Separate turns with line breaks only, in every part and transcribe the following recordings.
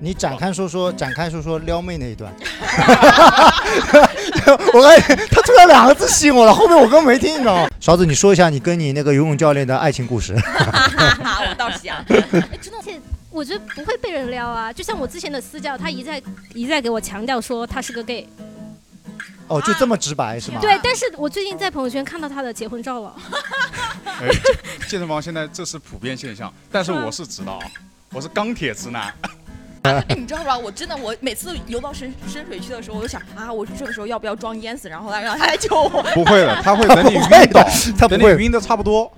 你展开说说，展开说说撩妹那一段。我发现他突然两个字吸引我了，后面我根本没听，你知道吗？勺子，你说一下你跟你那个游泳教练的爱情故事。
我倒想，
真的，而且我觉得不会被人撩啊。就像我之前的私教，他一再一再给我强调说他是个 gay，
哦，就这么直白
啊
是吗？
对。但是我最近在朋友圈看到他的结婚照了，
哎， 健身房现在这是普遍现象，但是我是直的啊，我是钢铁直男。
哎， 你知道吧？我真的，我每次游到深深水区的时候，我就想啊，我这个时候要不要装淹死，然后来让他来救我？
不会的，他会等你
不会
晕
的
倒，
他不
等
会
你晕的差不多，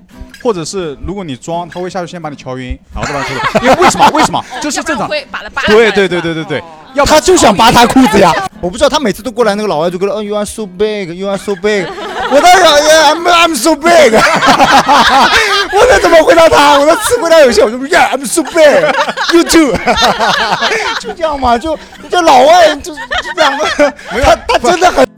或者是如果你装，他会下去先把你敲晕，然后再把你推走。因为为什么？为 什么？这是正常。
会把他扒
对对对对对 对，要不
他就想扒他裤子呀！ 我不知道他每次都过来，那个老外就过来，嗯，you are so big，you are so big。我 在想，yeah，I'm I'm so big。我能怎么回答他？我的词汇量有限，我就 yeah，I'm so big，you too 。 就这样嘛，就这老外就就两个，他他真的很。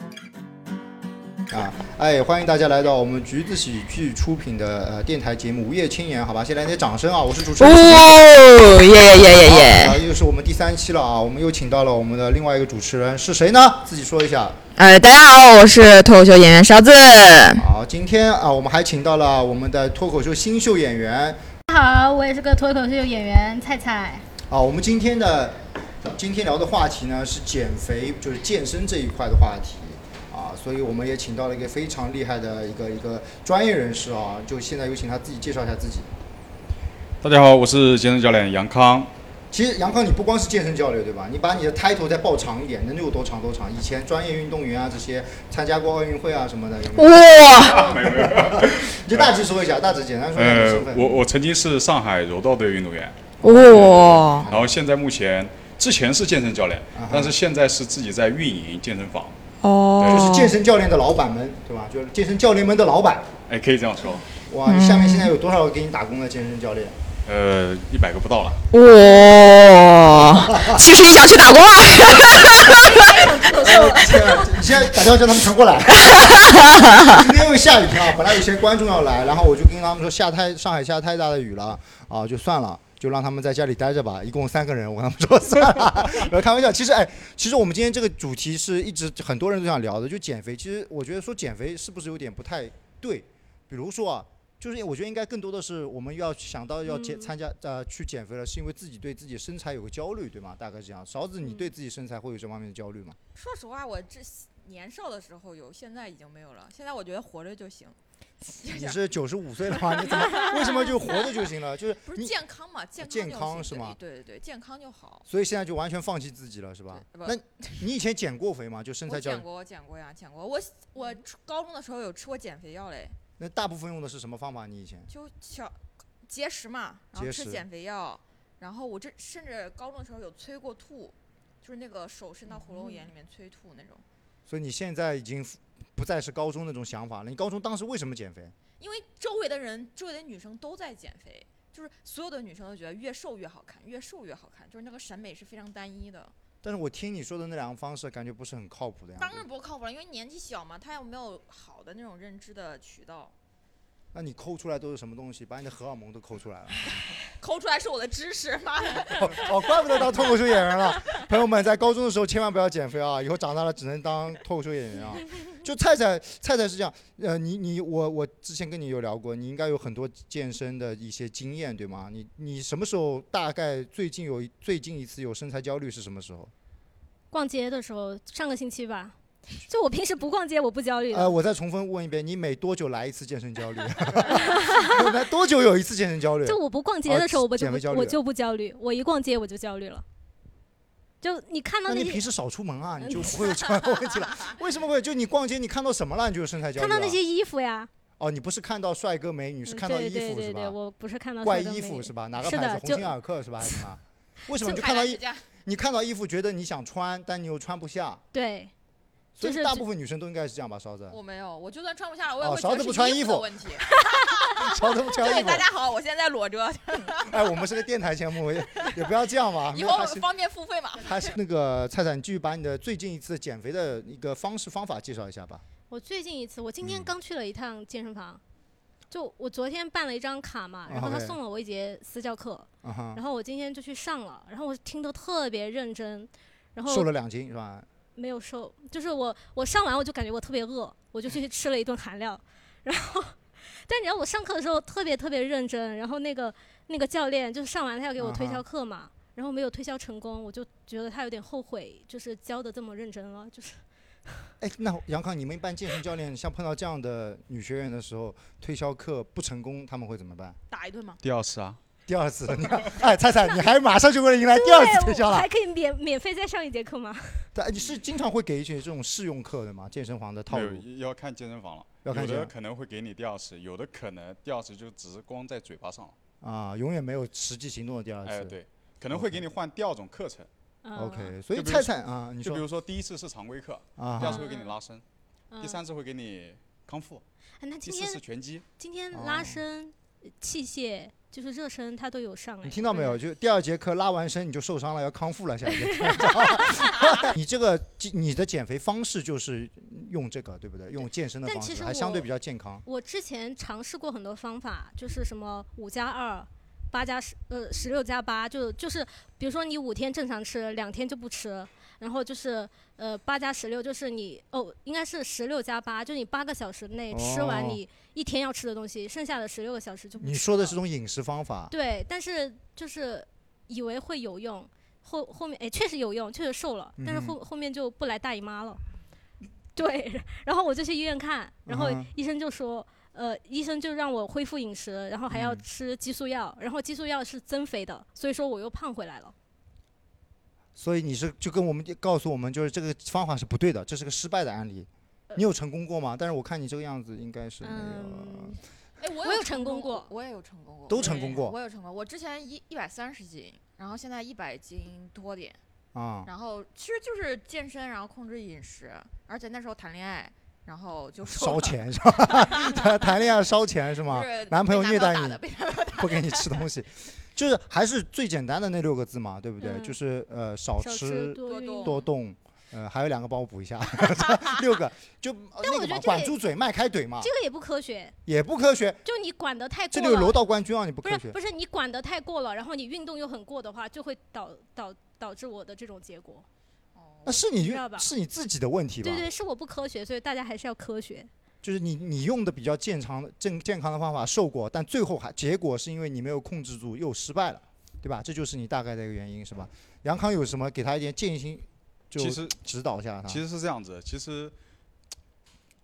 啊，哎，欢迎大家来到我们橘子喜剧出品的呃电台节目《午夜青言》，好吧，先来点掌声啊！我是主持
哇
人。
哦，耶耶耶耶
啊
耶！，
又是我们第三期了啊，我们又请到了我们的另外一个主持人是谁呢？自己说一下。
呃，大家好，我是脱口秀演员勺子。
好，今天啊，我们还请到了我们的脱口秀新秀演员
大家好，我也是个脱口秀演员菜菜。
啊，我们今天的今天聊的话题呢是减肥，就是健身这一块的话题。啊，所以我们也请到了一个非常厉害的一个一个专业人士啊，就现在有请他自己介绍一下自己。
大家好，我是健身教练杨 康。
其实杨康，你不光是健身教练对吧？你把你的 title 再报长一点，能有多长多长？以前专业运动员啊，这些参加过奥运会啊什么的，有没有？
哇，
你就大致说一下，大致简单说一下你的
呃
身，份。
我我曾经是上海柔道队运动员，
哇，哦
然后现在目前之前是健身教练
哦啊哈，
但是现在是自己在运营健身房，
就是
哦
健，身教练的老板们，对吧？就是健身教练们的老板。
哎，可以这样说，
哇，你下面现在有多少个给你打工的健身教练？
呃，一百个不到了。
哇，其实也想去打工啊。
你现在打电话叫他们全过来。今天又下雨啊，本来有些观众要来，然后我就跟他们说下太上海下太大的雨了啊，就算了。就让他们在家里待着吧，一共三个人，我跟他们说算了， 呃开玩笑。其实，哎，其实我们今天这个主题是一直很多人都想聊的，就减肥。其实我觉得说减肥是不是有点不太对？比如说啊，就是我觉得应该更多的是我们要想到要减参加呃去减肥了，是因为自己对自己身材有个焦虑，对吗？大概是这样。勺子，你对自己身材会有这方面的焦虑吗？
说实话，我这年少的时候有，现在已经没有了。现在我觉得活着就行，
你是九十五岁了吗？你怎么为什么就活着就行了？就是
不是
你，
健康嘛？健
健
康
康
就是行
吗
对对对，健康就好。
所以现在就完全放弃自己了，是吧？
对不
那你以前减过肥吗？就身
我
材焦
减
虑，
过，我减过呀，减过。我我初高中的时候有吃过减肥药嘞，
那大部分用的是什么方法？你以前
就小节食嘛，然后
节
吃
食
减肥药，然后我这甚至高中的时候有催过吐，就是那个手伸到喉咙眼里面催吐那种。
所以你现在已经不再是高中那种想法了。你高中当时为什么减肥？
因为周围的人，周围的女生都在减肥，就是所有的女生都觉得越瘦越好看，越瘦越好看，就是那个审美是非常单一的。
但是我听你说的那两个方式，感觉不是很靠谱的样
当
子
然。不靠谱了，因为年纪小嘛，她又没有好的那种认知的渠道。
那你抠出来都是什么东西？把你的荷尔蒙都抠出来了。
抠出来是我的知识，妈的！
哦，怪不得当脱口秀演员了。朋友们，在高中的时候千万不要减肥啊，以后长大了只能当脱口秀演员啊。就菜菜，菜菜是这样，呃，你你我我之前跟你有聊过，你应该有很多健身的一些经验，对吗？你你什么时候大概最近有一最近一次有身材焦虑是什么时候？
逛街的时候，上个星期吧。就我平时不逛街，我不焦虑的。
呃，我再重复问一遍，你每多久来一次健身焦虑？ 来多久有一次健身焦虑？
就我不逛街的时候，
哦
我就
减
不
肥焦虑
我就不焦虑，我一逛街我就焦虑了。就你看到
那
那
你平
些
时少出门啊，你就不会有这样的问题了。为什么会？就你逛街，你看到什么了，你就有身材焦虑、啊
看
了？
到那些衣服呀，
哦，你不是看到帅哥美女，是看到
嗯对
衣服
对
是
对对，
吧？
我不是看到
怪
帅哥
衣
美
服
女
是吧？哪个
是
牌
的
子？
就
鸿星尔克是吧？还是什 么？为什么你就看到衣？你看到衣服觉得你想穿，但你又穿不下，
对，
所
就
以
是
大
这
部分女生都应该是这样吧？勺子，
我没有，我就算穿不下了，我也
哦
会
勺
觉
子
得
不
是
穿衣
衣
服
的问题。
勺 子不 穿
对，
衣服
大。家好，我现在裸着，
哎，我们是个电台节目，也也不要这样嘛。没
以
有
后
他是
方便付费嘛？
他是那个菜菜，你继续把你的最近一次减肥的一个方式方法介绍一下吧。
我最近一次，我今天
嗯
刚去了一趟健身房，就我昨天办了一张卡嘛，然后他
OK
送了我一节私教课，
啊哈，
然后我今天就去上了，然后我听得特别认真，然后
瘦了两斤是吧？
没有瘦，就是我我上完我就感觉我特别饿，我就去吃了一顿韩料，然后， 但你知道我上课的时候特别特别认真，然后那个那个教练就是上完他要给我推
啊哈
销课嘛，然后没有推销成功，我就觉得他有点后悔，就是教的这么认真了，就是
哎，那杨康，你们一般健身教练像碰到这样的女学员的时候，推销课不成功，他们会怎么办？
打一顿吗？
第二次啊，
第二次，你看，哎，菜菜，你还马上就为了迎来第二次推
对
销
我
了
还。可以免免费再上一节课吗？
对，哎你是经常会给一些这种试用课的吗？健身房的套
没
路
有要看健身房了，
要看
有
健
的
身
可能会给你第二次，有的可能第二次就只是光在嘴巴上了。
啊，永远没有实际行动的第二
哎，
次。
对，可能会给你换第二种课程，
嗯嗯
OK，所以
就比
菜
如
菜啊，你
就比
说
如说第一次是常规课，
啊
第二
哈，
次会给你拉伸，第三次会给你康复，
哎嗯那
第
今
四
天
次拳击。
今天
哦
拉伸、器械就是热身，他都有上哎。
你听到没有？
对？
就第二节课拉完伸你就受伤了，要康复了，下一 节。 你这个你的减肥方式就是用这个，对不对？用健身的
但
方
其
式，
实
还相对
我
比较健康。
我之前尝试过很多方法，就是什么五加二、八加十、呃十六加八，就就是比如说你五天正常吃，两天就不吃，然后就是呃八加十六，就是你哦应该是十六加八，就你八个小时内吃完
哦
你一天要吃的东西，剩下的十六个小时就不吃
你说的
了
是种饮食方法，
对，但是就是以为会有用，后后面哎确实有用，确实瘦
嗯
了，但是后后面就不来大姨妈了。 对，然后我就去医院看，然后
嗯哼
医生就说，呃，医生就让我恢复饮食，然后还要
嗯
吃激素药，然后激素药是增肥的，所以说我又胖回来了。
所以你是就跟我们告诉我们，就是这个方法是不对的，这是个失败的案例。
呃
你有成功过吗？但是我看你这个样子，应该是没有
嗯。，
哎，我
我有
有
成功过
我也有成功过，
都
我也
成功过
我有成功。我之前一一百三十斤，然后现在一百斤多点，
啊，
然后其实就是健身，然后控制饮食，而且那时候谈恋爱，然后就瘦
烧
了，
钱是吧？ 谈谈恋爱烧钱是吗
就？是
男朋友
被
虐待
打
你
的，被
不给你吃东西，就是还是最简单的那六个字嘛，对不对？
嗯
就是呃，少
少
吃
多
多
运
动
动
多动。呃，还有两个帮我补一下， 六个就呃那
我
个
觉得
嘛，
这
管
也
住嘴，迈开嘴嘛
这，个也不科学，
也不科学。
就你管得太
这
过
里有
了
楼，道冠军啊，你不
不
科
是
学
不是你管得太过了，然后你运动又很过的话，就会导导导致我的这种结果。
那
哦
是你
知道吧
是你自己的问题吧？
对对，是我不科学，所以大家还是要科学。
就是你你用的比较健康的健健康的方法瘦过，但最后还结果是因为你没有控制住又失败了，对吧？这就是你大概的一个原因，是吧？杨康有什么给他一点建议性，就啊
其实
指导一下他。
其实是这样子，其实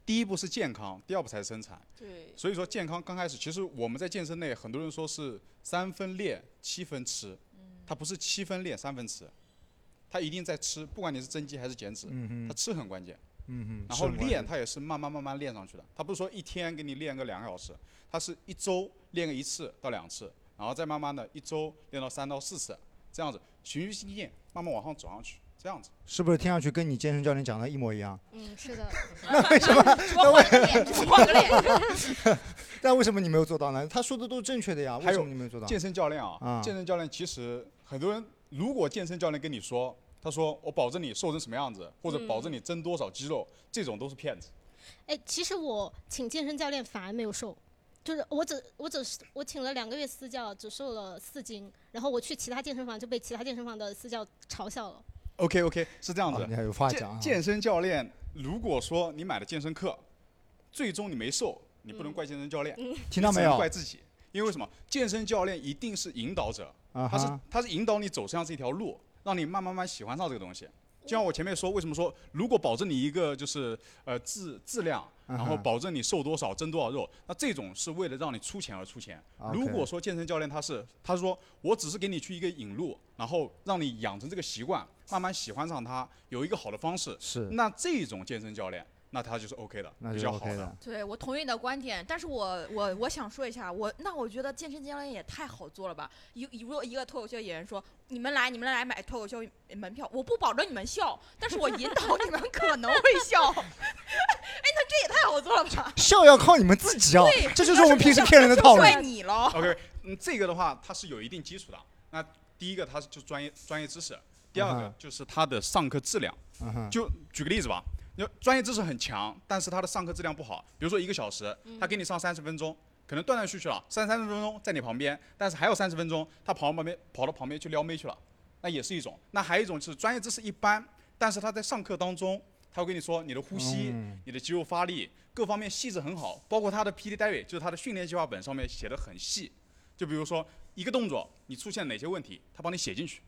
第一步是健康，第二步才是生产。
对
所以说健康刚开始，其实我们在健身内很多人说是三分练七分吃，它不是七分练三分吃，它一定在吃，不管你是增肌还是减脂，
嗯
它
哼，
吃很关键。
嗯哼，
然后
是
练它也是慢慢慢慢练上去的，它不是说一天给你练个两个小时，它是一周练个一次到两次，然后再慢慢的一周练到三到四次，这样子循序渐进，慢慢往上走上去，这样子。
是不是听上去跟你健身教练讲的一模一样？
嗯，是 的，
我换
哎
个脸，我换个脸，
但为什么你没有做到呢？他说的都是正确的呀，为
还有
什么你没有做到？
健身教练啊
啊，
健身教练其实很多人，如果健身教练跟你说，他说我保证你瘦成什么样子，或者保证你增多少肌肉，这种都是骗子。
哎，其实我请健身教练反而没有瘦，就是我只我只是我请了两个月私教，只瘦了四斤，然后我去其他健身房就被其他健身房的私教嘲笑了。
OK OK，是这样
啊
子
你。还有话讲啊
健？健身教练，如果说你买了健身课，最终你没瘦，你不能
嗯
怪健身教练，
听到
只
没
能
有？
怪自己。因为为什么？健身教练一定是引导者，
啊
他是
哈，
他是引导你走向这条路，让你慢慢慢喜欢上这个东西。就像我前面说，为什么说如果保证你一个就是呃质质量，然后
嗯哼
保证你瘦多少增多少肉，那这种是为了让你出钱而出钱。如
啊 OK
果说健身教练他是他说我只是给你去一个引路，然后让你养成这个习惯，慢慢喜欢上它，有一个好的方式，
是
那这种健身教练那他就是 OK 的，
那
嗯比
就
较好
OK 的。。
对我同意你的观点，但是我我我想说一下，我那我觉得健身教练也太好做了吧？一如果一个脱口秀演员说你们来你们来买脱口秀门票，我不保证你们笑，但是我引导你们可能会笑。 哎，那这也太好做了吧？
笑要靠你们自己啊，这就是我们平时骗人的套路。
怪你喽。
OK，嗯，这个的话它是有一定基础的。那第一个它是就专业专业知识，第二
嗯
个
哼
就是它的上课质量。
嗯哼，
就举个例子吧，就专业知识很强，但是他的上课质量不好。比如说一个小时，他给你上三十分钟，可能断断续续了，三三十分钟在你旁边，但是还有三十分钟他跑到旁边跑到旁边去撩妹去了，那也是一种。那还有一种就是专业知识一般，但是他在上课当中，他会跟你说你的呼吸、
嗯
你的肌肉发力各方面细致很好，包括他的 PT diary 就是他的训练计划本上面写的很细，就比如说一个动作你出现哪些问题，他帮你写进去。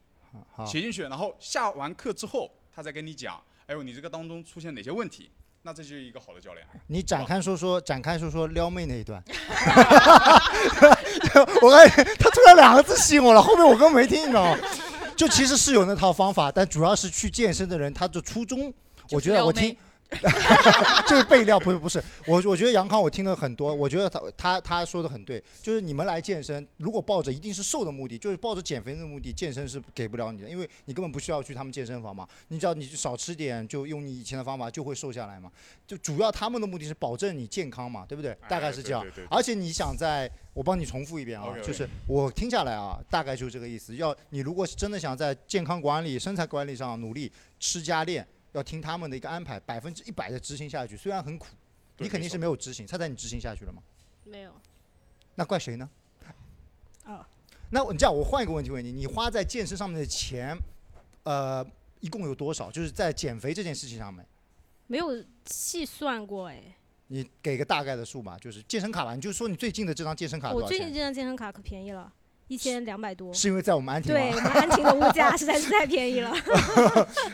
好，
写进去，然后下完课之后，他再跟你讲，哎呦，你这个当中出现哪些问题，那这就是一个好的教练。
你展开说说，展开说说撩妹那一段。 我感觉他突然两个字吸引我了，后面我根本没听，你知道吗？就其实是有那套方法，但主要是去健身的人，他的初衷，
就
我
是
觉得
撩
我
妹
听， 就是被撩，不是不是，我我觉得杨康我听了很多，我觉得他他他说的很对，就是你们来健身，如果抱着一定是瘦的目的，就是抱着减肥的目的，健身是给不了你的，因为你根本不需要去他们健身房嘛，你只要你就少吃点，就用你以前的方法就会瘦下来嘛，就主要他们的目的是保证你健康嘛，对不对？ 大概是这样，
哎对对
而且你想在，我帮你重复一遍啊
OK，OK
就是我听下来啊，大概就是这个意思。要你如果是真的想在健康管理、身材管理上努力，吃加练，要听他们的一个安排，百分之一百的执行下去，虽然很苦，
对
你肯定是
没
没有执行。菜菜，你执行下去了吗？
没有，
那怪谁呢？
哦，
那我你这样，我换一个问题问你，你花在健身上面的钱，呃，一共有多少？就是在减肥这件事情上面，
没有细算过哎。
你给个大概的数吧，就是健身卡吧，你就说你最近的这张健身卡多
我
少
最近
钱
这？张健身卡可便宜了，一千两百多。
是因为在我们安亭吗？
对，我们安婷的物价实在是太便宜了。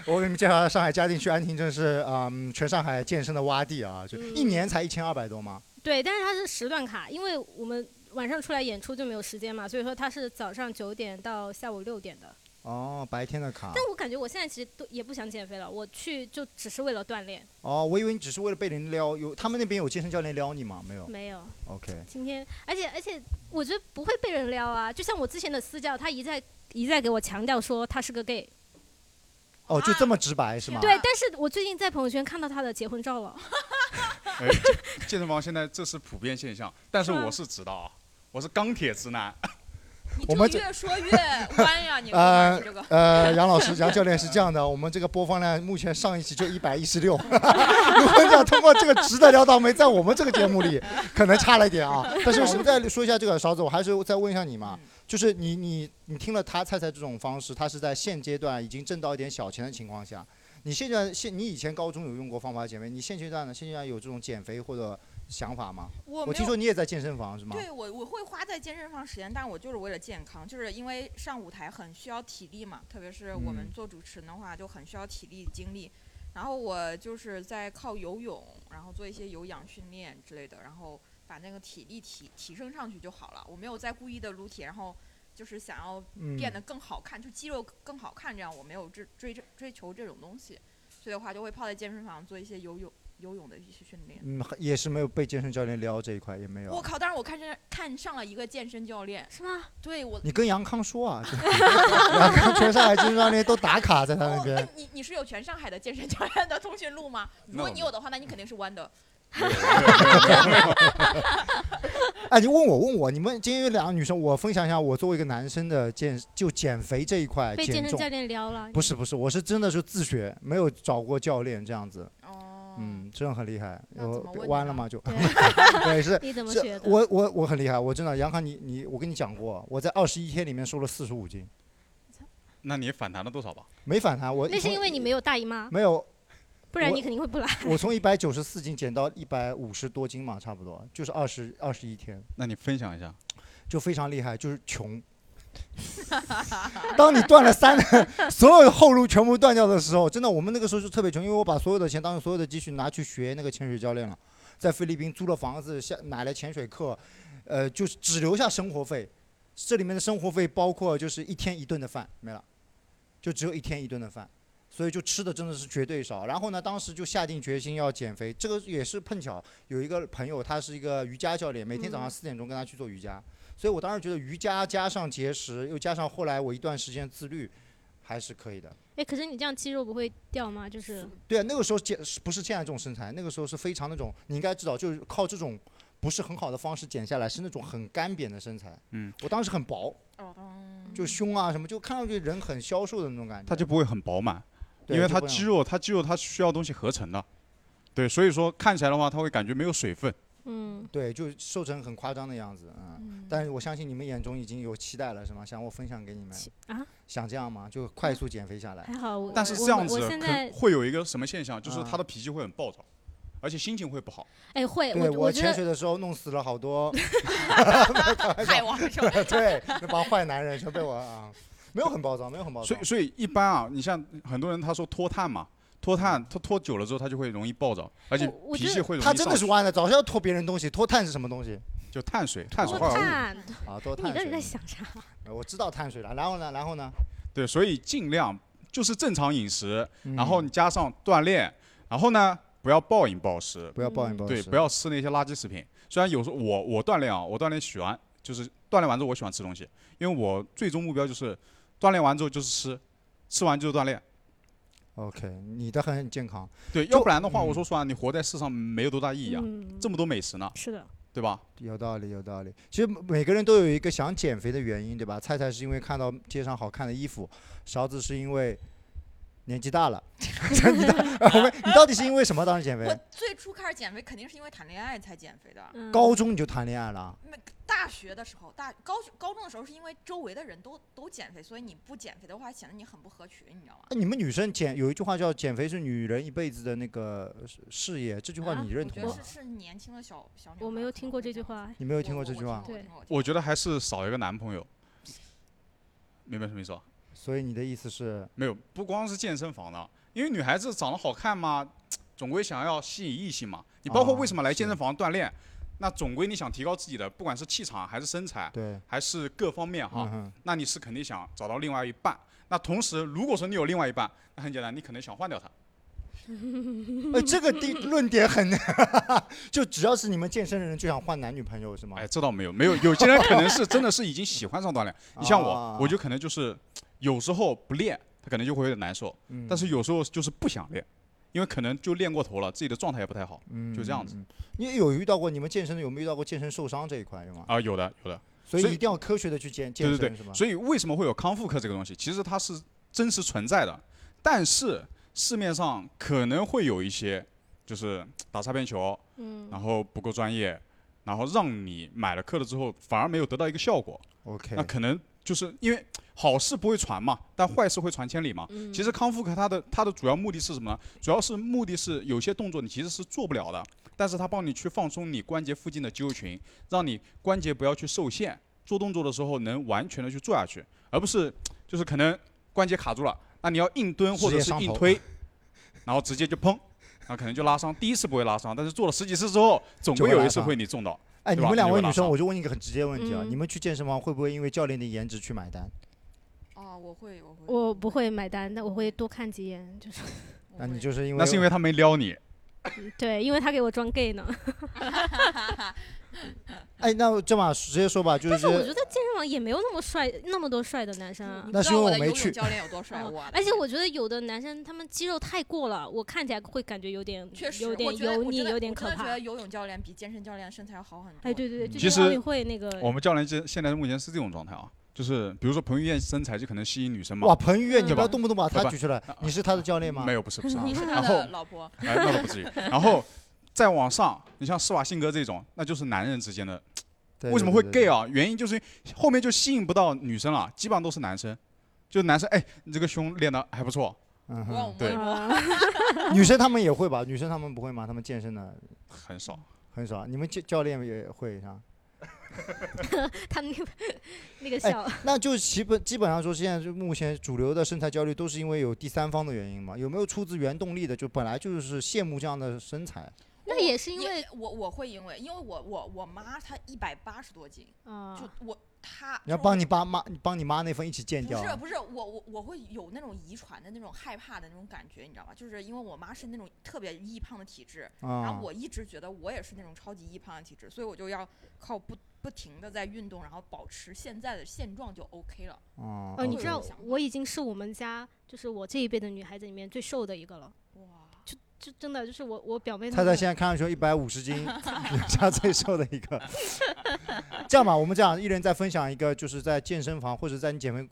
我给你们介绍一下上海嘉定区安亭，真是嗯，全上海健身的洼地啊，就
嗯
一年才一千二百多吗？
对，但是它是时段卡，因为我们晚上出来演出就没有时间嘛，所以说它是早上九点到下午六点的。
哦，白天的卡。
但我感觉我现在其实都也不想减肥了，我去就只是为了锻炼。
哦，我以为你只是为了被人撩，有他们那边有健身教练撩你吗？没有。
没有，
OK。
今天，而且而且我觉得不会被人撩啊，就像我之前的私教，他一再一再给我强调说他是个 gay，
哦，就这么直白是吗？
对，但是我最近在朋友圈看到他的结婚照了，
啊
哎 健身房现在这是普遍现象，但是
是吗
我是知道啊，我是钢铁直 男。
你
我们
这越说越弯呀，你
呃
这个。
呃，杨老师、杨教练是这样的，我们这个播放量目前上一期就一百一十六， 如果你想通过这个直的撩到妹，在我们这个节目里可能差了一点啊。但是我们再说一下这个勺子，我还是再问一下你
嗯
嘛，就是你你你听了他菜菜这种方式，他是在现阶段已经挣到一点小钱的情况下，你现在现你以前高中有用过方法减肥，你现阶段呢？现阶段有这种减肥或者想法吗？
我
我
没
听
有。
说你也在健身房是吗？
对我，我会花在健身房时间，但我就是为了健康，就是因为上舞台很需要体力嘛，特别是我们
嗯
做主持人的话，就很需要体力精力。然后我就是在靠游泳，然后做一些有氧训练之类的，然后把那个体力提提升上去就好了。我没有在故意的撸铁，然后就是想要
嗯，
变得更好看，就肌肉更好看，这样我没有追追追求这种东西，所以的话就会泡在健身房做一些游泳游泳的一些训练。
嗯，也是没有被健身教练撩这一块，也没有。啊
我靠！当时我看上看上了一个健身教练，
是吗？
对我，
你跟杨康说啊，就 杨康全上海健身教练都打卡在他那
哦，
边
哎，你你是有全上海的健身教练的通讯录吗？如
那
果
我
你
没有
有的话，那你肯定是弯的。
啊哎，你问我问我，你们今天有两个女生，我分享一下我作为一个男生的健就减肥这一块
被健
减
身
重
教，练撩了？
不是不是，我是真的是自学，没有找过教练这样子，
哦，
嗯，真的很厉害，
那
我
怎么问你
弯了
呢
嘛就，
对，
对是。
你怎么
是
学的？
我我我很厉害，我真的杨康，你你我跟你讲过，我在二十一天里面瘦了四十五斤，
那你反弹了多少吧？
没反弹，我
那是
从
因为你没有大姨妈，
没有
不然
我
你肯定会不来。
我从一百九十四斤减到一百五十多斤嘛，差不多就是二十二十一天，
那你分享一下。
就非常厉害，就是穷。当你断了三， 所有的后路全部断掉的时候，真的，我们那个时候就特别穷，因为我把所有的钱，当时所有的积蓄拿去学那个潜水教练了，在菲律宾租了房子，下买了潜水课，呃，就是只留下生活费。这里面的生活费包括就是一天一顿的饭没了，就只有一天一顿的饭，所以就吃的真的是绝对少。然后呢，当时就下定决心要减肥，这个也是碰巧有一个朋友，他是一个瑜伽教练，每天早上四点钟跟他去做瑜伽。所以我当时觉得瑜伽加上节食，又加上后来我一段时间自律，还是可以的。
哎，可是你这样肌肉不会掉吗？就是
对啊，那个时候减是不是现在这种身材，那个时候是非常那种，你应该知道，就是靠这种不是很好的方式减下来，是那种很干瘪的身材。
嗯，
我当时很薄，
嗯
就胸啊什么，就看上去人很消瘦的那种感觉。
它就不会很饱满，
对
因为
就
它
不一样
肌肉，它肌肉它需要东西合成的。对，所以说看起来的话，它会感觉没有水分。
嗯，
对，就瘦成很夸张的样子，嗯。但是我相信你们眼中已经有期待了，是吗？想我分享给你们
期啊？
想这样吗？就快速减肥下来。
还好我。
但是
我
这样子
我现在
可会有一个什么现象，就是
啊
他的脾气会很暴躁，而且心情会不好。
哎会，
对
我觉
潜
得
水的时候弄死了好多，
海王是吧？
对，那帮坏男人全被我啊，没有很暴躁，没有很暴躁
所以，。所以一般啊，你像很多人他说脱碳嘛，脱碳他脱久了之后他就会容易暴躁，而且
我我
脾
觉
气
得
会容易
他真的
上
是
去
弯的，早知道拖别人东西，拖碳是什么东西
就碳水碳水
说
化合物。
碳，
啊？拖
你
碳
到底
水。
在想啥？
呃我知道碳水了，然后呢，然后呢？
对，所以尽量就是正常饮食，
嗯
然后你加上锻炼，然后呢不要暴饮暴食，
不要暴饮暴食，
对，不要吃那些垃圾食品。虽然有时候我我锻炼啊，我锻炼喜欢就是锻炼完之后我喜欢吃东西，因为我最终目标就是锻炼完之后就是吃，吃完就是锻炼。
OK，你的很健康。
对，要不然的
嗯
话，我说实话，你活在世上没有多大意义啊，
嗯，
这么多美食呢，
是的，
对吧？
有道理，有道理。其实每个人都有一个想减肥的原因，对吧？菜菜是因为看到街上好看的衣服，勺子是因为年纪 大了。 你到我们你到底是因为什么当时减
我
肥？
最初开始减肥肯定是因为谈恋爱才减肥的。
嗯
高中你就谈恋爱了？啊
那大学的时候，大高高中的时候是因为周围的人都都减肥，所以你不减肥的话显得你很不合群，你知道吗？
哎你们女生减有一句话叫“减肥是女人一辈子的那个事事业”，这句话
啊
你
我
认
觉
同
得
吗
是？是年轻的小小女孩
我没有听过这句
可能会
话，哎
你没有
这样。
听过这句话，
对
对，
我觉得还是少一个男朋友，明白什么意思吧？
所以你的意思是，
没有，不光是健身房的，因为女孩子长得好看嘛，总归想要吸引异性嘛。你包括
啊
为什么来
是
健身房锻炼，那总归你想提高自己的，不管是气场还是身材，
对，
还是各方面哈，
嗯哼，
那你是肯定想找到另外一半。那同时，如果说你有另外一半，那很简单，你可能想换掉他。
哎，这个定论点很， 就只要是你们健身的人就想换男女朋友是吗？
哎，这倒没有，没有，有些人可能是真的是已经喜欢上锻炼。 你像我
啊，
我就可能就是有时候不练，他可能就会有点难受，
嗯
但是有时候就是不想练，因为可能就练过头了，自己的状态也不太好。
嗯
就这样子
嗯嗯你有遇到过你们健身的有没有遇到过健身受伤这一块有吗？
啊，有的，有的。
所以
所以
一定要科学的去健健
对
身
对
是
对，
吗？
所以为什么会有康复课这个东西？其实它是真实存在的，但是市面上可能会有一些就是打擦边球，
嗯，
然后不够专业，然后让你买了课了之后反而没有得到一个效果，
OK，
那可能就是因为好事不会传嘛，但坏事会传千里嘛。
嗯
其实康复课它的它的主要目的是什么呢？主要是目的是有些动作你其实是做不了的，但是它帮你去放松你关节附近的肌肉群，让你关节不要去受限，做动作的时候能完全的去做下去，而不是就是可能关节卡住了，那你要硬蹲或
直
者
接
是
上
硬
头
推，然后直接就砰。然后可能就拉伤，第一次不会拉伤，但是做了十几次之后，总
就
会
会
有
拉
一次
伤
会你中到。
哎，
对
你
吧
们两
你啊会
位
拉
女生，
伤
我就问你一个很直接的问题啊，
嗯
你们去健身房会不会因为教练的颜值去买单？
哦，我会，我会，
我不会买单，但我会多看几眼，就是
我
那你
会
就是因为
那是因为他没撩你，
对，因为他给我装 gay 呢。
哎，那这么直接说吧，就
但 是我觉
是
得健身房也没有那么帅，那么多帅的男生啊
你。
那
不
是
知道
因为
我
我
的
没
游泳
去
教练有多 帅，我的
而且哦哎我觉得有的男生他们肌肉太过了，我看起来会感觉有点
确实
嗯有
我
点
觉得
油
我
腻，
觉得
有点
我真
可
的觉
怕
得。游泳教练比健身教练身材要好很多。
哎，对对对，就
其
是奥
实
运会那个，
我们教练现现在目前是这种状态啊，就是比如说彭于晏身材就可能吸引女生嘛，
哇，彭于晏，你
嗯
对
不
吧
要动不动把
对
他
吧
举出来
啊，
你是他的教练吗？
没有，不是
啊
不是，
你是他
然后
的老婆，
哎那倒不至于，然后再往上，你像施瓦辛格这种，那就是男人之间的，
对，
为什么会
对
gay？啊？原因就是后面就吸引不到女生了，基本上都是男生，就男生哎，你这个胸练的还不错，
对对嗯
我让我
哼，
摸
对
一摸。
啊
女生她们也会吧？女生她们不会吗？她们健身的
很少，
很少，你们教教练也会 是吧？
他那个那个笑，
那就基本基本上说，现在就目前主流的身材焦虑都是因为有第三方的原因嘛？有没有出自原动力的？就本来就是羡慕这样的身材，
那也是因为
我我会因为因为我我我妈她一百八十多斤，
啊
就哦我她
你要
就
帮你爸妈，你帮你妈那份一起减
不
掉
是
啊。
不是我我我会有那种遗传的那种害怕的那种感觉，你知道吧？就是因为我妈是那种特别易胖的体质，然
啊
后，我一直觉得我也是那种超级易胖的体质，所以我就要靠不不停的在运动，然后保持现在的现状就 OK 了。
哦
哦，你
会
知
有
道
影响
我已经是我们家就是我这一辈的女孩子里面最瘦的一个了，
哇，
就真的就是我我表妹她
他在现在看上去一百五十斤，你们家最瘦的一个。这样吧，我们这样，一人再分享一个，就是在健身房或者在你减肥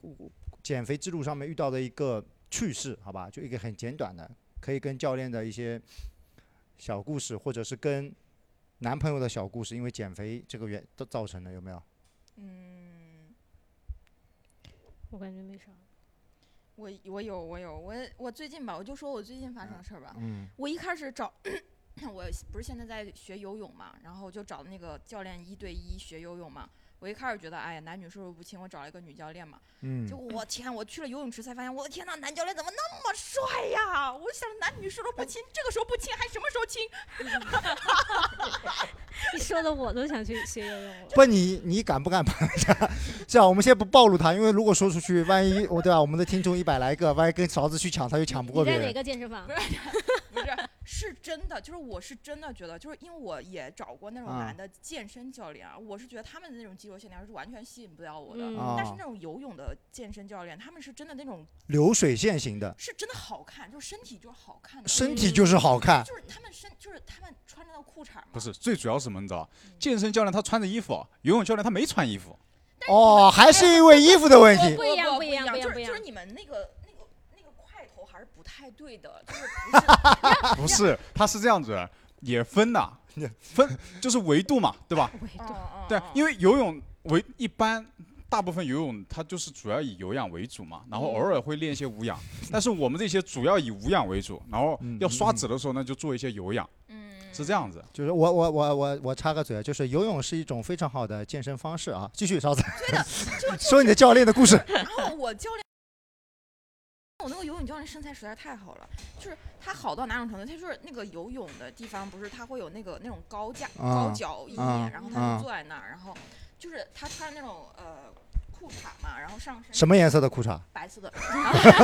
减肥之路上面遇到的一个趣事，好吧？就一个很简短的，可以跟教练的一些小故事，或者是跟男朋友的小故事，因为减肥这个原造造成的，有没有？
嗯，
我感觉没啥。
我我有我有我我最近吧，我就说我最近发生的事儿吧。
嗯，
我一开始找， 我不是现在在学游泳嘛，然后就找那个教练一对一学游泳嘛。我一开始觉得，哎呀，男女授受不亲，我找了一个女教练嘛。
嗯
结果我天，我去了游泳池才发现，我的天呐，男教练怎么那么帅呀！我想男女授受不亲，这个时候不亲，还什么时候亲？
一说的我都想去学游泳了。
不，你你敢不敢帮一下？这样，我们先不暴露他，因为如果说出去，万一哦我对啊吧，我们的听众一百来个，万一跟勺子去抢，他又抢不过
你
别
在哪
人。
个健身房？
不是，是真的，就是我是真的觉得，就是因为我也找过那种
啊
男的健身教练啊，我是觉得他们的那种肌肉线条是完全吸引不了我的。
嗯
啊
但是
哦
那种游泳的健身教练，他们是真的那种
流水线型的，
是真的好看，就是身体就是好看的，
身体就是好看。
就是他们身就是他们穿着那个裤衩嘛，
不是，最主要是什么？你知道，健身教练他穿着衣服，游泳教练他没穿 衣服。
哦，还是因为衣服的问 题。
不一样
呃不
不一样不一
就
样
是
不一
就是
样
你们那个那个那个块头还是不太对的，就是不 是
不是，他是这样子，也分的，分就是维度嘛，对吧？
喂
嗯
对
嗯
对
嗯，
因为游泳为一般大部分游泳它就是主要以有氧为主
嗯
嘛，然后偶尔会练一些无 氧，但是我们这些主要以无氧为主，然后
嗯
要刷
嗯
脂的时候呢就做一些有氧，
嗯
是这样子。
就是我我我我我插个嘴，啊就是游泳是一种非常好的健身方式啊。继续，勺子， 说你的教练的故事。
然后我教练，我那个游泳教练身材实在是太好了，就是他好到哪种程度？他就是那个游泳的地方，不是他会有那个那种高架、
啊
高脚椅，
啊
然后
啊
他就坐在那儿，然后就是他穿那种呃裤衩嘛，然后上身
什么颜色的裤衩？
白色的，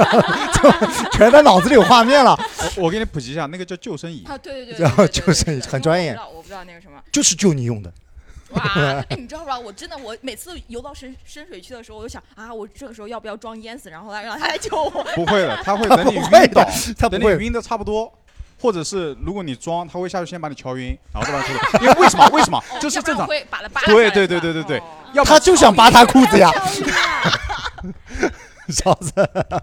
全在脑子里有画面了，
我我给你普及一下，那个叫救生椅，
啊对对对对，
然后
对对
就是
对对
很
对
专
我不
业
知道我不知道那个什么，
就是救你用的。
哇，哎，你知道吧？我真的，我每次游到深深水区的时候，我就想啊，我这个时候要不要装淹死，然后来让他来救我？
不会的，他会等 你
不会
晕
的
倒，
他不
等你
会
晕的差不多。或者是如果你装，他会下去先把你敲晕，然后再把你出来。因为为 什么？为什么？
哦
这是正常。
会把他扒拉
对
下来
对
是吧
对对对对
哦
要不
他就想扒他裤子 呀，勺子。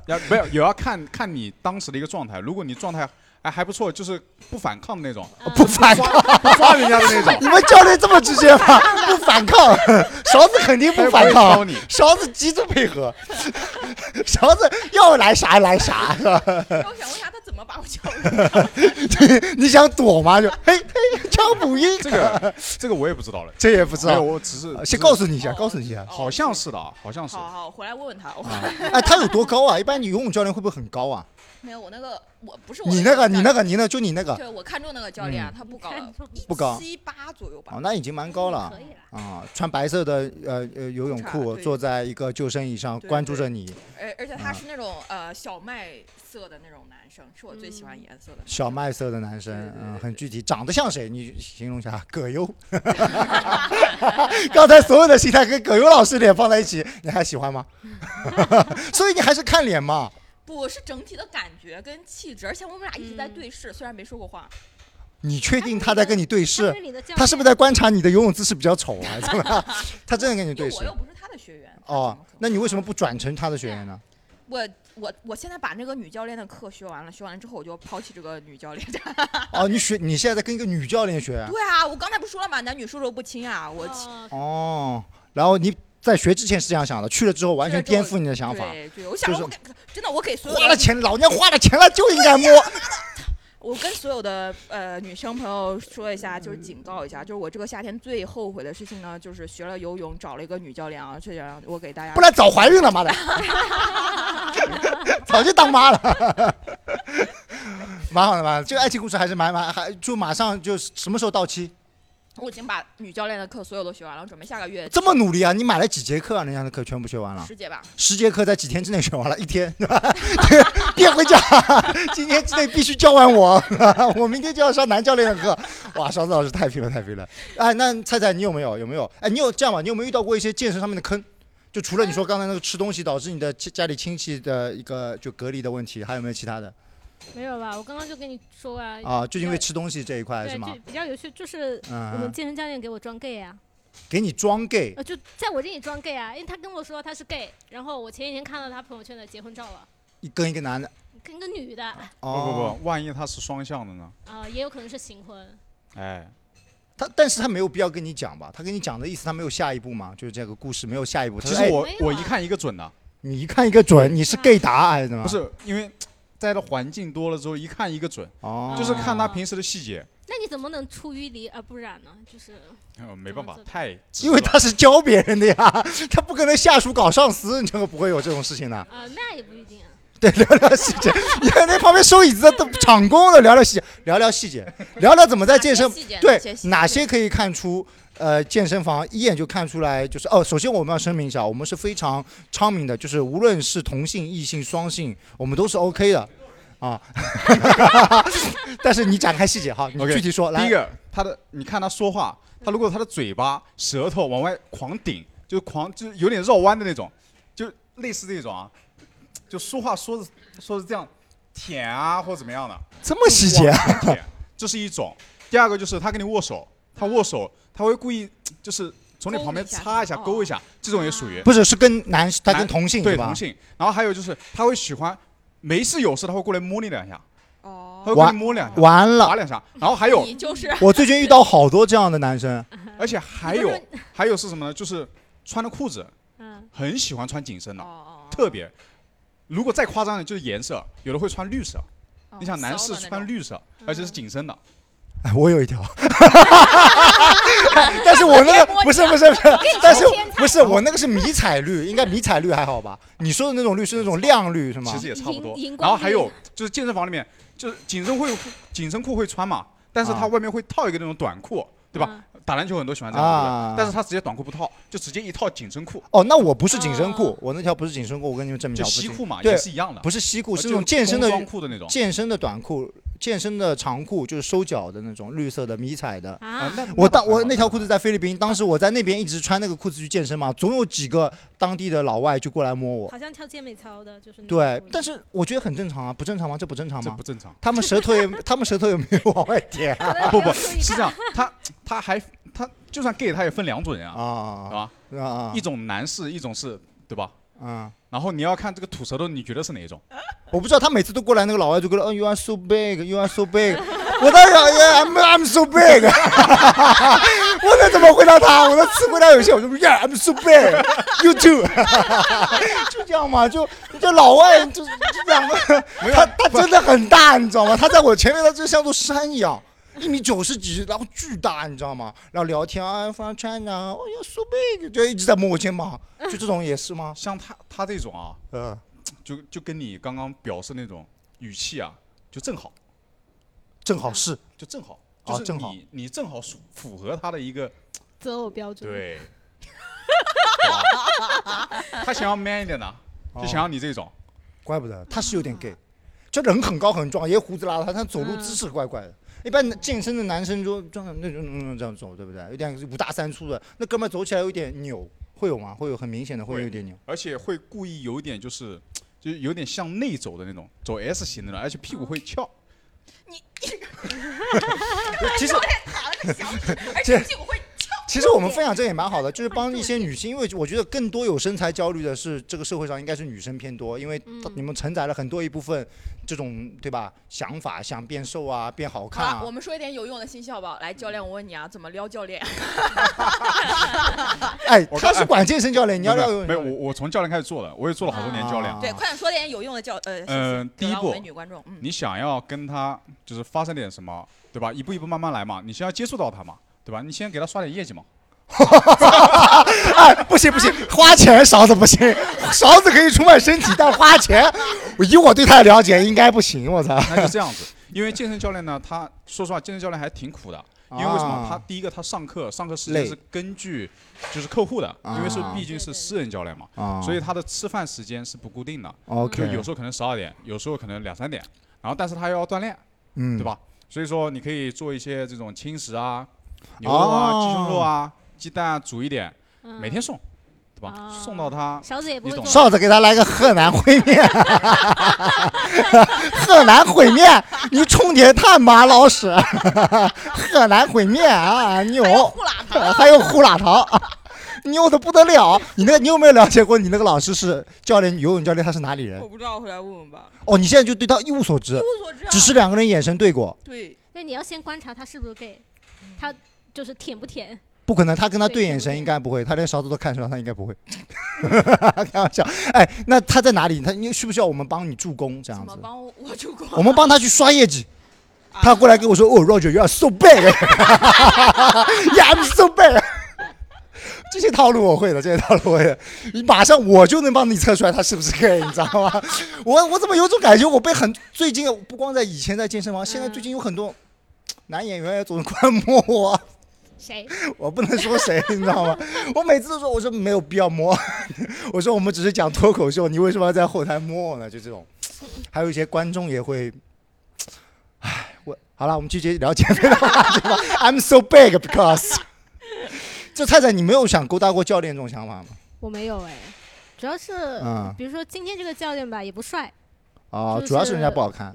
要没有也要看看你当时的一个状态。如果你状态哎还不错，就是不反抗的那种，
不反抗，
不抓人家的 那种，
你们教练这么直接吗？不反抗，勺子肯定不
他
反
也不会挑
抗，啊
你。
勺子极度配 合，勺子要来啥来啥，是吧？
然后我想问一下他怎么把我救 了？
你想躲吗？就嘿嘿，枪补音，
这个这个我也不知道了，
这也不知
没有，
道。
我只是
呃先告
诉，
诉你一下，
哦
告诉你一下，
好像是的啊，好像是。
好好，我回来问问他。我
哎，他有多高啊？一般你游泳教练会不会很高啊？
没有，我那个我不是我
你那个，
教
你
练
那个，你那，就你那个，
对我看中那个教练啊，他不高
看中
不高
七八左右吧
哦，。那已经蛮高了
可以了。
啊！穿白色的呃呃游泳
裤衩
裤，
对
坐在一个救生椅上，
对
关注
对
着你，
而而且
啊
他是那种呃小麦色的那种男生，是我最喜欢
嗯
颜色的。
小麦色的男生
对对，对
嗯，
对
很
对
具体，长得像谁？你形容一下葛优。 刚才所有的心态跟葛优老师脸放在一起，你还喜欢吗？ 所以你还是看脸嘛。
不是整体的感觉跟气质，而且我们俩一直在
嗯
对视，虽然没说过话。
你确定他在跟你对视？
你的教
他是不是
练
在观察你的游泳姿势比较丑啊？怎么样？他真的跟你
因
对
为我
视
又？不是他的学员。
哦
他怎么可，能
那你为什么不转成他的学员呢？
我我我现在把那个女教练的课学完了，学完了之后我就抛弃这个女教练。
哦，你学你现在在跟一个女教练学？
对啊，我刚才不说了吗？男女授受不亲啊！我去
哦
哦，然后你在学之前是这样想的，去了之后完全颠覆你的想法。
对对，我想
就是
我给真的我给所有
花了
的
钱，老娘花了钱了就应该摸。
我跟所有的呃女生朋友说一下，就是警告一下，就是我这个夏天最后悔的事情呢，就是学了游泳找了一个女教练啊，这样我给大家
不然早怀孕了，妈的，早就当妈了，蛮好的，蛮好的。这个爱情故事还是蛮蛮，还就马上就是什么时候到期？
我已经把女教练的课所有都学完了，准备下个月
这么努力啊！你买了几节课啊？人家的课全部学完了，
师姐吧。
十节课在几天之内学完了，一天， 对吧？变回家，今天之内必须教完我， 我明天就要上男教练的课。哇，勺子老师太拼了，太拼了！哎，那菜菜你有没有有没有？哎，你有这样吧？你有没有遇到过一些健身上面的坑？就除了你说刚才那个吃东西导致你的家家里亲戚的一个就隔离的问题，还有没有其他的？
没有吧？我刚刚就跟你说过啊，
啊，就因为吃东西这一块是
对，
吗
就？比较有趣，就是我们
嗯，
健身教练给我装 gay 啊，
给你装 gay，
呃，就在我这里装 gay 啊，因为他跟我说他是 gay，然后我前几天看到他朋友圈的结婚照了，
一跟一个男的，
跟个女的，呃啊、
不不
哦，
不，万一他是双向的呢？
也有可能是行婚，
哎，
他但是他没有必要跟你讲吧？他跟你讲的意思，他没有下一步吗？就是这个故事没有下一步。他
其
说
实
哎，
我
没有
我
啊
一看一个准的，
你一看一个准，你是 gay 答还是怎么？
不，是因为待的环境多了之后一看一个准，
哦，
就是看他平时的细节。
那你怎么能出淤泥而不染呢？就是
呃没办法
怎么，
太直
因为
了
他是教别人的呀， 他不可能下属搞上司，你这个不会有这种事情的。
啊、那也不一定啊。
对，聊聊细节。 你看那旁边收椅子的都场工的，聊聊细节，聊聊细节，聊聊怎么在健身
哪些细节
对
哪些细节
哪些可以看出。呃，健身房一眼就看出来，就是哦。首先我们要声明一下，我们是非常昌明的，就是无论是同性、异性、双性，我们都是 OK 的，啊。 但是你展开细节哈，你
OK，
具体说。来，
第一个，他的你看他说话，他如果他的嘴巴、舌头往外狂顶，就狂就是有点绕弯的那种，就类似这种啊，就说话说的说的这样舔啊或者怎么样的，
这么细节，
就是舔，这是一种。第二个就是他跟你握手，他握手他会故意就是从你旁边擦一下、
勾
勾一
一下
下，这种也属于
不是是跟男，他跟
男
同性
对
吧
同？性。然后还有就是他会喜欢没事有事他会过来摸你两下，他
哦，
会过来摸两下，
完了
打，两下。然后还有
你就是
我最近遇到好多这样的男生，
而且还
你不
有
是
还有是什么呢？就是穿的裤子
嗯，
很喜欢穿紧身的，
哦哦，
特别。如果再夸张点，就是颜色，有的会穿绿色。
哦
你想男士穿，绿色，而且是紧身的，
哎，我有一 条，但是我那个不是不是不是，但是不是我那个是迷彩绿，应该迷彩绿还好吧？你说的那种绿是那种亮绿是吗
其？实也差不多
荧荧。光
然后还有
绿
就是健身房里面，就是紧身会紧身裤会穿嘛，但是
啊
它外面会套一个那种短裤，对吧？
嗯
打篮球很多喜欢这样，对不
啊
对但是他直接短裤不套，就直接一套紧身裤，
哦，那我不是紧身裤
哦，
我那条不是紧身裤，我跟你们证明一
就
下，嗯我不
西
是
裤嘛，
对
也是一样的，呃
不是西裤，
不
是那种健身的
裤的那种。
健身的短裤，健身的长裤，就是收脚的那种绿色的迷彩的。
啊
啊，
那
我当我那条裤
子
子在菲律宾，当时我在那边一直穿那个裤子去健身嘛，总有几个当地的老外就过来摸我。
好像跳健美操的，就是那
对
种，
但是我觉得很正常啊，不正常吗？这不正常
这
吗
不？正常。
他们舌头也，他们舌头也没有往外舔啊
我也
不
没有
不
注意
是
看
这样，他他还他就算 gay，他也分两种 人啊，对
啊啊
吧？
啊
一种男士，一种是，对吧？
啊！
然后你要看这个吐舌头，你觉得是哪一种？
我不知道他每次都过来，那个老外就跟嗯，you are so big，you are so big，我当时想，yeah，I'm I'm so big，我能怎么回答他？我的词回答有限，我就 yeah，I'm so big，you too，就这样嘛，就这老外就就两个，
没有
他他真的很大，你知道吗？他在我前面，他就像座山一样。一米九十几，然后巨大，你知道吗？然后聊天啊，from China，哦哟，so big，就一直在摸我肩膀，就这种也是吗？
像他他这种啊，
嗯。
就就跟你刚刚表示那种语气啊，就正好，
正好是
就正好，
啊
就是
正好
你你正好符符合他的一个
择偶标准。
对，对吧他想要 man 一点的，就
哦
想要你这种，
怪不得
嗯
他是有点 gay，这人很高很壮，也胡子拉碴，他走路姿势怪怪
嗯
的。一般健身的男生就这样那种嗯这样走，对不对？有点五大三粗的，那哥们儿走起来有点扭，会有吗？会有很明显的会
会
嗯
有点扭。
而且会故意有一点就是就是有点向内走的那种，走 S 型的那种，而且屁股会
哦
翘。
哎
其实
而且屁股会
其实我们分享这也蛮好的，就是帮一些女性，因为我觉得更多有身材焦虑的是这个社会上应该是女生偏多，因为
嗯
她你们承载了很多一部分这种对吧想法，想变瘦啊，变好看
好
啊
了，我。们说一点有用的信息好不好？来，教练，我问你啊，怎么撩教练？
哎，
我
他是管健身教练，你要
没
要
有
有
没有，我我从教练开始做的，我也做了好多年教练
啊。
对，快点说点有用的教呃。
呃
信息
第一
给到我
步
们女观众，嗯，
你想要跟他就是发生点什么，对吧？一步一步慢慢来嘛，你先要接触到他嘛，对吧？你先给他刷点业绩嘛。
哎，不行不行，花钱勺子不行，勺子可以出卖身体，但花钱，我以我对他的了解，应该不行。我操！
那就这样子，因为健身教练呢，他说实话，健身教练还挺苦的。因为为什么？他第一个，他上课上课时间
啊累
是根据就是客户的，因为是
啊
毕竟是私人教练嘛，
他
所以他的吃饭时间是不固定的，就
啊 OK
有时候可能十二点，有时候可能两三点，然后但是他要锻炼，
嗯
对？吧？所以说你可以做一些这种轻食啊、牛肉啊、
哦
鸡胸肉啊、鸡蛋啊煮一点，
嗯
每天送，对吧？
啊
送到他
勺子也不
你
会
懂
做，
哨子给他来个河南烩面，河南烩面，你冲点炭吧，老师，河南烩面啊，牛，
呼啦糖，
还有胡辣汤，牛的不得了。你那个，你有没有了解过你那个老师是教练，游泳教练，他是哪里人
哎
我？不知道，回来问问吧。
哦，你现在就对他一无所知
一，无所知啊。
只是两个人眼神对过。
对，
嗯对，你要先观察他是不是 gay，他就是舔不舔？
不可能，他跟他对
对
眼神
对
应该不会，他连勺子都看出来，他应该不会。开玩笑，哎，那他在哪里？他你需不需要我们帮你助攻这
怎
样
么
子？
帮我我就光
我们帮他去刷业绩。他过来跟我说：“哦，Roger，you are so bad，yeah I'm so bad。”这些套路我会的，这些套路我会的，你马上我就能帮你测出来他是不是 gay，你知道吗？我我怎么有种感觉，我被很最近不光在以前在健身房，现在最近有很多男演员也总是观摩我，啊
谁？
我不能说谁， 你知道吗？我每次都说，我说没有必要摸， 我说我们只是讲脱口秀，你为什么要在后台摸我呢？就这种，还有一些观众也会，唉，我好了，我们继续聊减肥的话题吧。I'm so big because。这菜菜，你没有想勾搭过教练这种想法吗？
我没有哎，主要是、
嗯
比如说今天这个教练吧，也不帅，
啊，
呃就是
主要是人家不好看，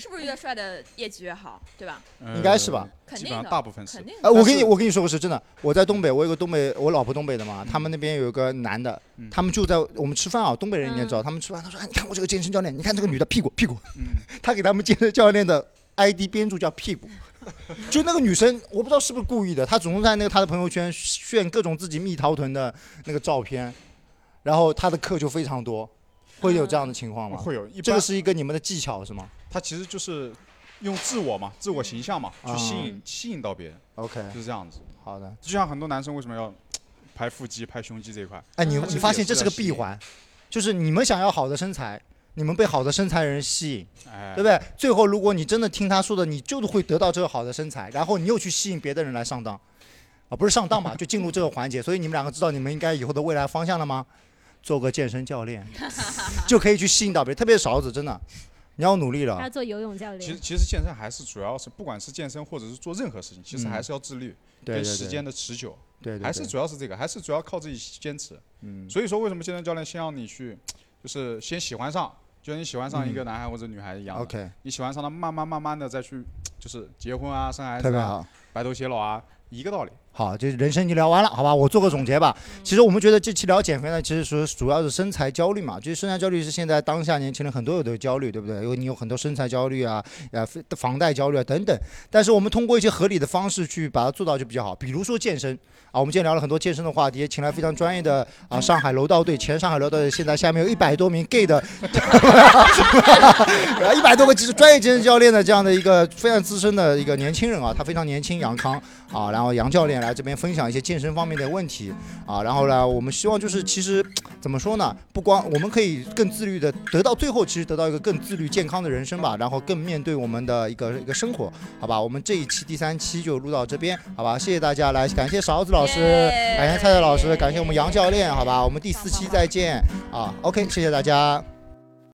是不是越帅的业绩越好，对吧？
嗯
应该是吧？
肯
呃基
定
本上
的
大部分是
肯。定
呃，
的。
我
但
跟你
是
我跟你说个事，真的，我在东北，我有个东北，我老婆东北的嘛，他们那边有一个男的，
嗯
他们就在我们吃饭啊，东北人应该知道，
嗯
他们吃饭，他说，哎，你看我这个健身教练，你看这个女的屁股屁股，
嗯，
他给他们健身教练的 ID 编注叫屁 股，就那个女生，我不知道是不是故意的，她总是在那个她的朋友圈炫各种自己蜜桃臀的那个照片，然后她的课就非常多，会有这样的情况吗？
会有一
这
般
个，是一个你们的技巧是吗
他其实就是用自我
嗯
嘛，自我形象嘛，
啊
去吸引吸引到别人，
？OK，
就是这样子。
好的。
就像很多男生为什么要拍腹肌、拍胸肌这一块，
哎，你
嗯
你发现这是个闭环，就是你们想要好的身材，你们被好的身材人吸引，
哎，
对不对？最后如果你真的听他说的，你就是会得到这个好的身材，然后你又去吸引别的人来上当，啊，不是上当吧，就进入这个环节。所以你们两个知道你们应该以后的未来方向了吗？做个健身教练，就可以去吸引到别人，特别是勺子，真的，你要努力
他
了
要。做游泳教
其实
练。
其实健身还是主要是，不管是健身或者是做任何事情，其实
嗯
还是要自律
对
跟
对
时
对，
间的持久，
对对对
还是主要是这个，还是主要靠自己坚持。
嗯
所以说，为什么健身教练先让你去，就是先喜欢上，就像你喜欢上一个
嗯
男孩或者女孩一样的，
，OK，
你喜欢上他，慢慢慢慢的再去，就是结婚啊、生孩
特
子
别
啊、
好。
白头偕老啊，一个道理。
好，这人生就聊完了，好吧？我做个总结吧。其实我们觉得这期聊减肥呢，其实说主要是身材焦虑嘛。就是身材焦虑是现在当下年轻人很多有的焦虑，对不对？因为你有很多身材焦虑啊，呃，房贷焦虑啊等等。但是我们通过一些合理的方式去把它做到就比较好，比如说健身啊。我们今天聊了很多健身的话题，也请来非常专业的啊上海楼道队前上海楼道队，现在下面有一百多名 gay 的 呃，一百多个技术专业健身教练的这样的一个非常资深的一个年轻人啊，他非常年轻，杨康啊，然后杨教练来这边分享一些健身方面的问题啊，然后呢，我们希望就是其实怎么说呢，不光我们可以更自律的得到最后，其实得到一个更自律健康的人生吧，然后更面对我们的一个一个生活，好吧，我们这一期第三期就录到这边，好吧，谢谢大家，来感谢勺子老师，
耶
感谢菜菜老师，感谢我们杨教练，好吧，我们第四期再见啊，OK，谢谢大家，